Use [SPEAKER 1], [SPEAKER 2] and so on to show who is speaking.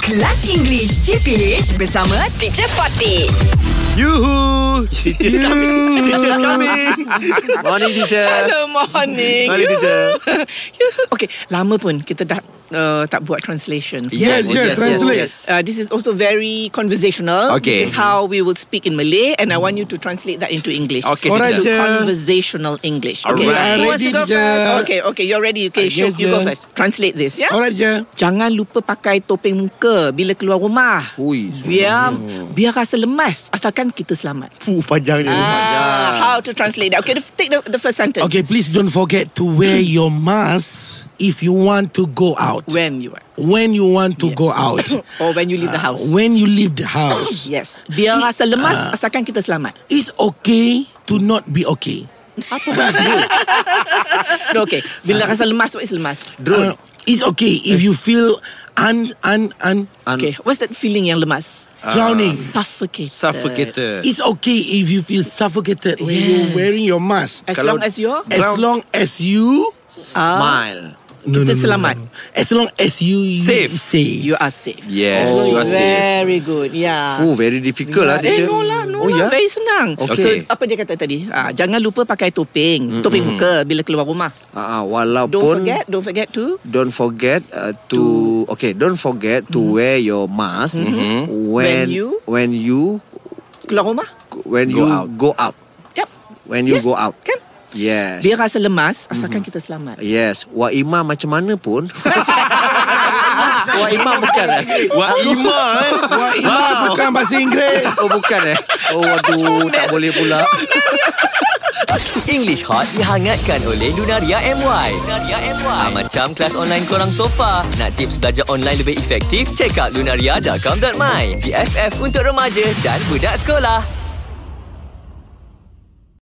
[SPEAKER 1] Kelas English CPH bersama Teacher Fatih.
[SPEAKER 2] Yuhu Teacher's coming Teacher's coming Morning teacher
[SPEAKER 3] Hello, morning.
[SPEAKER 2] Morning,
[SPEAKER 3] Yuhu.
[SPEAKER 2] teacher.
[SPEAKER 3] Yuhu. okay, lama pun kita dah uh, tak buat Oh, translations.
[SPEAKER 2] Yes, yes, translate.
[SPEAKER 3] Uh, this is also very conversational.
[SPEAKER 2] Okay.
[SPEAKER 3] This is how we will speak in Malay, and I want you to translate that into English.
[SPEAKER 2] Okay,
[SPEAKER 4] Alright,
[SPEAKER 2] teacher.
[SPEAKER 4] teacher.
[SPEAKER 3] Conversational English. Okay.
[SPEAKER 2] Alright.
[SPEAKER 3] Who wants to
[SPEAKER 4] Ready,
[SPEAKER 3] go
[SPEAKER 4] teacher.
[SPEAKER 3] first? Okay, okay, you're ready. Okay,
[SPEAKER 4] Yes,
[SPEAKER 3] Syuk, you go
[SPEAKER 4] teacher.
[SPEAKER 3] first. Translate this, yeah?
[SPEAKER 4] Alright je.
[SPEAKER 3] Jangan lupa pakai topeng muka bila keluar rumah.
[SPEAKER 4] Ui,
[SPEAKER 3] biar biar rasa lemas asalkan kita selamat.
[SPEAKER 2] Puh panjangnya Ya.
[SPEAKER 3] Ah, how to translate that? Okay, the, take the, the first sentence.
[SPEAKER 4] Okay, please don't forget to wear your mask if you want to go out.
[SPEAKER 3] When you are
[SPEAKER 4] When you want to
[SPEAKER 3] Yeah.
[SPEAKER 4] go out.
[SPEAKER 3] or Oh, when you leave the
[SPEAKER 2] Ah,
[SPEAKER 3] house.
[SPEAKER 4] When you leave the house.
[SPEAKER 3] Yes. Biar rasa lemas asalkan kita selamat.
[SPEAKER 4] It's okay to not be okay.
[SPEAKER 3] No, okay.
[SPEAKER 2] Ah.
[SPEAKER 3] Bila rasa lemas, what is lemas?
[SPEAKER 4] Drone. Uh, it's okay if you feel un un un
[SPEAKER 3] Okay. What's that feeling yang lemas?
[SPEAKER 4] drowning.
[SPEAKER 3] Suffocated.
[SPEAKER 5] Ah.
[SPEAKER 2] Suffocated
[SPEAKER 4] it's okay if you feel suffocated when you're
[SPEAKER 3] Yes.
[SPEAKER 4] wearing your mask.
[SPEAKER 3] As
[SPEAKER 2] Kalau-
[SPEAKER 3] long as you're...
[SPEAKER 4] As
[SPEAKER 2] Drown-
[SPEAKER 4] long as you
[SPEAKER 3] Ah.
[SPEAKER 2] Smile
[SPEAKER 4] no,
[SPEAKER 3] Kita selamat.
[SPEAKER 4] As long as you, you
[SPEAKER 2] Safe.
[SPEAKER 4] safe.
[SPEAKER 3] You are safe.
[SPEAKER 2] Yes
[SPEAKER 4] Oh,
[SPEAKER 2] You are safe
[SPEAKER 3] Very good. Yeah.
[SPEAKER 2] Fuh very difficult lah
[SPEAKER 3] eh
[SPEAKER 2] teacher
[SPEAKER 3] no lah No
[SPEAKER 2] Oh, ya?
[SPEAKER 3] lah Very senang
[SPEAKER 2] Okay.
[SPEAKER 3] So apa dia kata tadi ah, Jangan lupa pakai topeng Topeng muka Bila keluar rumah
[SPEAKER 2] Ah, ah,
[SPEAKER 3] Don't
[SPEAKER 2] Walaupun
[SPEAKER 3] forget Don't forget to
[SPEAKER 5] Don't forget uh, to okay. Don't forget to wear your mask
[SPEAKER 3] Mm-hmm. When
[SPEAKER 5] when
[SPEAKER 3] you-
[SPEAKER 5] when you
[SPEAKER 3] Keluar rumah
[SPEAKER 5] when you
[SPEAKER 2] Go out.
[SPEAKER 5] go out.
[SPEAKER 3] Yep
[SPEAKER 5] When you
[SPEAKER 3] Yes,
[SPEAKER 5] go out.
[SPEAKER 3] kan?
[SPEAKER 5] Yes.
[SPEAKER 3] Dia rasa
[SPEAKER 2] Mm-hmm.
[SPEAKER 3] lemas Asalkan kita selamat
[SPEAKER 5] Yes. Wa imam macam mana pun.
[SPEAKER 2] Wah Imam bukan eh Wah Imam eh
[SPEAKER 4] Wah, Imam bukan bahasa Inggeris.
[SPEAKER 5] oh bukan eh. Oh waduh tak boleh pula.
[SPEAKER 6] English Hot dihangatkan oleh Lunaria MY. Lunaria MY. Ah, macam kelas online korang sofa. Nak tips belajar online lebih efektif? Check out lunaria.com.my. BFF untuk remaja dan budak sekolah.